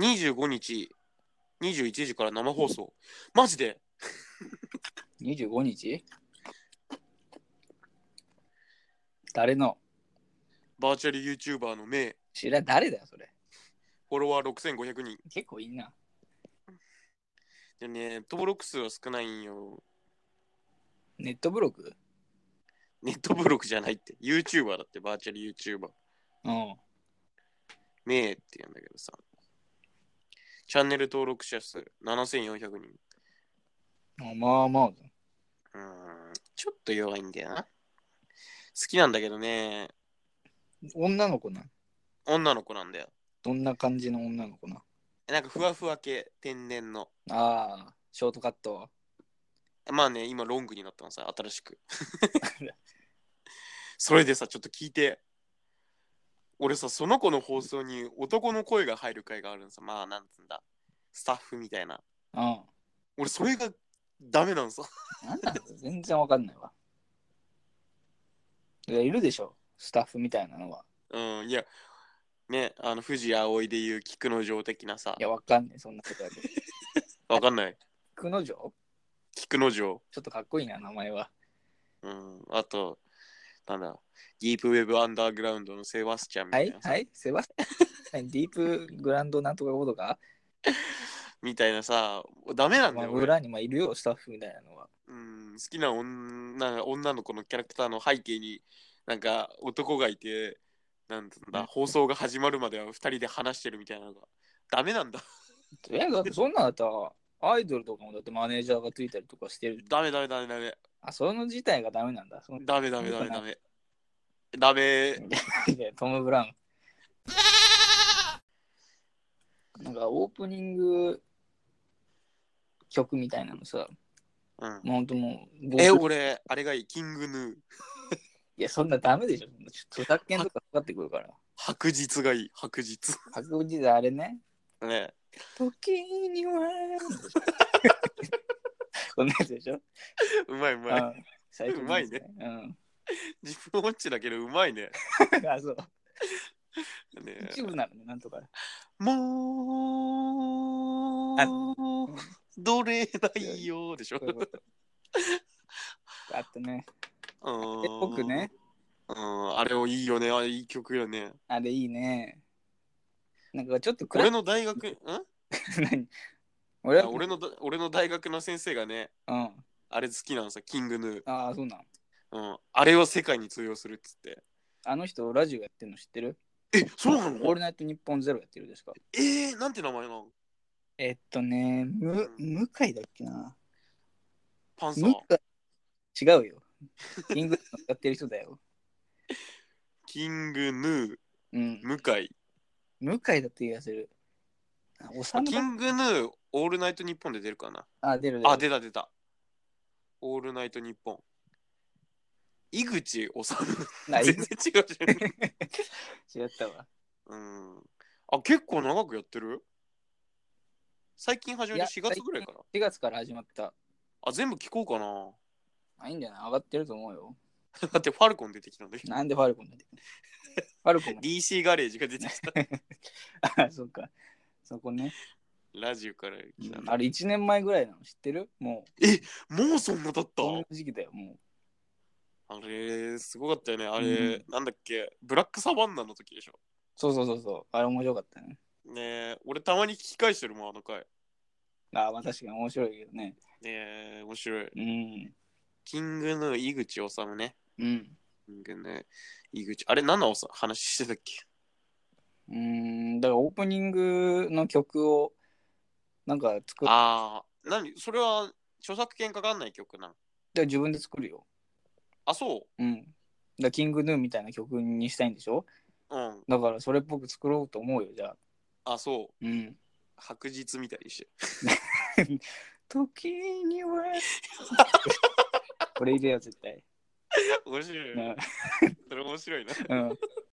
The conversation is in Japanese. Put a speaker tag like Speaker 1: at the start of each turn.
Speaker 1: 25日21時から生放送マジで
Speaker 2: 25日誰の
Speaker 1: バーチャル YouTuber の名
Speaker 2: 知らん誰だよそれ
Speaker 1: フォロワー6500人
Speaker 2: 結構いいな
Speaker 1: でね登録数は少ないんよ
Speaker 2: ネットブログ
Speaker 1: ネットブログじゃないって YouTuber だってバーチャル YouTuber
Speaker 2: うん
Speaker 1: 名って言うんだけどさチャンネル登録者数7400人
Speaker 2: あまあまあ
Speaker 1: うーんちょっと弱いんだよな好きなんだけどね
Speaker 2: 女の子なん
Speaker 1: 女の子なんだよ
Speaker 2: どんな感じの女の子なん
Speaker 1: なんかふわふわ系天然の
Speaker 2: ああショートカット
Speaker 1: まあね、今ロングになったのさ、新し く。それでさ、ちょっと聞いて。俺さ、その子の放送に男の声が入る回があるんさ、まあなんつんだ。スタッフみたいな。
Speaker 2: うん
Speaker 1: 俺、それがダメなんさ。
Speaker 2: なんなんだろう全然わかんないわいやいるでしょスタッフみたいなのは
Speaker 1: うん、いや、ね、あの、藤葵でいう菊之丞的なさ
Speaker 2: い、やわかんないそんなことやけど
Speaker 1: わかんない。
Speaker 2: 菊之丞
Speaker 1: 菊之丞。
Speaker 2: ちょっとかっこいいな名前は
Speaker 1: うん、あと、なんだ、ディープウェブアンダーグラウンドのセバスチャンみ
Speaker 2: は
Speaker 1: たい
Speaker 2: い
Speaker 1: なさ、
Speaker 2: はいセバスチャンディープグランドなんとかことか
Speaker 1: みたいなさ、ダメなんだ
Speaker 2: まあ
Speaker 1: よ。俺
Speaker 2: 裏にまあいるよスタッフみたいなのは
Speaker 1: うん、好きな女女の子のキャラクターの背景になんか男がいてなんつうんだ、
Speaker 2: うん
Speaker 1: 放送が始まるまでは2人で話してるみたいなのがダメなんだ
Speaker 2: えだってそんなんだったらアイドルとかもだってマネージャーがついたりとかしてる
Speaker 1: ダメダメダメダメ
Speaker 2: あその自体がダメなんだその
Speaker 1: ダメダメダメダメダメ
Speaker 2: いやトム・ブラウン。なんかオープニング曲みたいなのさ、
Speaker 1: うん
Speaker 2: もうほんともう、僕
Speaker 1: え俺あれがいいキングヌー
Speaker 2: いや、そんなダメでしょ。ちょっと著作権とかかかってく るから。
Speaker 1: 白日がいい白日
Speaker 2: 白日であれね。
Speaker 1: ね
Speaker 2: 時には。 こんなやつでしょ。
Speaker 1: うまいうま
Speaker 2: う
Speaker 1: い
Speaker 2: ん最近
Speaker 1: うまいね。
Speaker 2: うん。
Speaker 1: 自分ウォッチだけどうまいね
Speaker 2: あ、そう。
Speaker 1: ね
Speaker 2: 一部なのね、なんとか。
Speaker 1: も
Speaker 2: あ
Speaker 1: うどれないよでしょ
Speaker 2: そういうことあとね、え
Speaker 1: 僕
Speaker 2: 僕ね、
Speaker 1: うん、あれをいいよね、あれいい曲よね。
Speaker 2: あれいいね。なんかちょっと暗
Speaker 1: 俺
Speaker 2: い。
Speaker 1: の大学、ん
Speaker 2: 何俺は
Speaker 1: 俺のだ俺の大学の先生がね、
Speaker 2: うん。
Speaker 1: あれ好きなのさ、キングヌー。
Speaker 2: ああ、そうなん。
Speaker 1: うん、あれを世界に通用するっつって。
Speaker 2: あの人、ラジオやってるの知ってる
Speaker 1: え、そうな
Speaker 2: オー
Speaker 1: の
Speaker 2: ルナイトニッポンゼロやってるですか
Speaker 1: えー、なんて名前なの
Speaker 2: えっとね、む、向井だっけな。
Speaker 1: パンサ
Speaker 2: 向
Speaker 1: ー
Speaker 2: 井。違うよ。キングやってる人だよ。
Speaker 1: キングヌ
Speaker 2: うん。
Speaker 1: ー、向井。
Speaker 2: 向井だって言わせる。あおさむ
Speaker 1: キ
Speaker 2: だ
Speaker 1: ングヌー、オールナイトニッポンで出るかな。
Speaker 2: あ、出る出る。
Speaker 1: あ、出た出た。オールナイトニッポン。井口治。
Speaker 2: な
Speaker 1: 全
Speaker 2: い
Speaker 1: 然違うじゃん。
Speaker 2: 違ったわ。
Speaker 1: うん。あ、結構長くやってる最近始め
Speaker 2: い
Speaker 1: て
Speaker 2: や
Speaker 1: 4月ぐらいかな。
Speaker 2: 4月から始まった。
Speaker 1: あ、全部聞こうかな。
Speaker 2: あ、いいんじゃない上がってると思うよ。
Speaker 1: だってファルコン出てきたんだけど。
Speaker 2: なんでファルコンだって。ファルコンも。
Speaker 1: DC ガレージが出てきた。
Speaker 2: あ、そっか。そこね。
Speaker 1: ラジオから来た、
Speaker 2: あれ1年前ぐらいなの知ってるもう、
Speaker 1: もうそんなだった
Speaker 2: この時期だよ、もう。
Speaker 1: あれ、すごかったよね。あれ、
Speaker 2: うん
Speaker 1: なんだっけ、ブラックサバンナの時でしょ。
Speaker 2: そうそうそうそう。あれ面白かったね。
Speaker 1: ねえ、俺たまに聞き返してるもん、あの回。
Speaker 2: ああ、まあ確かに面白いけどね。
Speaker 1: ねえ、面白い。
Speaker 2: うん。
Speaker 1: キングヌー、井口治ね。
Speaker 2: うん。
Speaker 1: キングヌー、井口。あれ、何のおさ話してたっけ
Speaker 2: うん。だからオープニングの曲をなんか作っ
Speaker 1: ああ、何それは著作権かかんない曲なの
Speaker 2: て自分で作るよ。
Speaker 1: あ、そ
Speaker 2: うん。だからキングヌーみたいな曲にしたいんでしょ
Speaker 1: ううん。
Speaker 2: だからそれっぽく作ろうと思うよ、じゃあ。
Speaker 1: あ、そう。
Speaker 2: うん。
Speaker 1: 白日みたいにして。
Speaker 2: 時には。これ入れよう、絶対。
Speaker 1: 面白い。
Speaker 2: な
Speaker 1: それ面白いな。
Speaker 2: うん。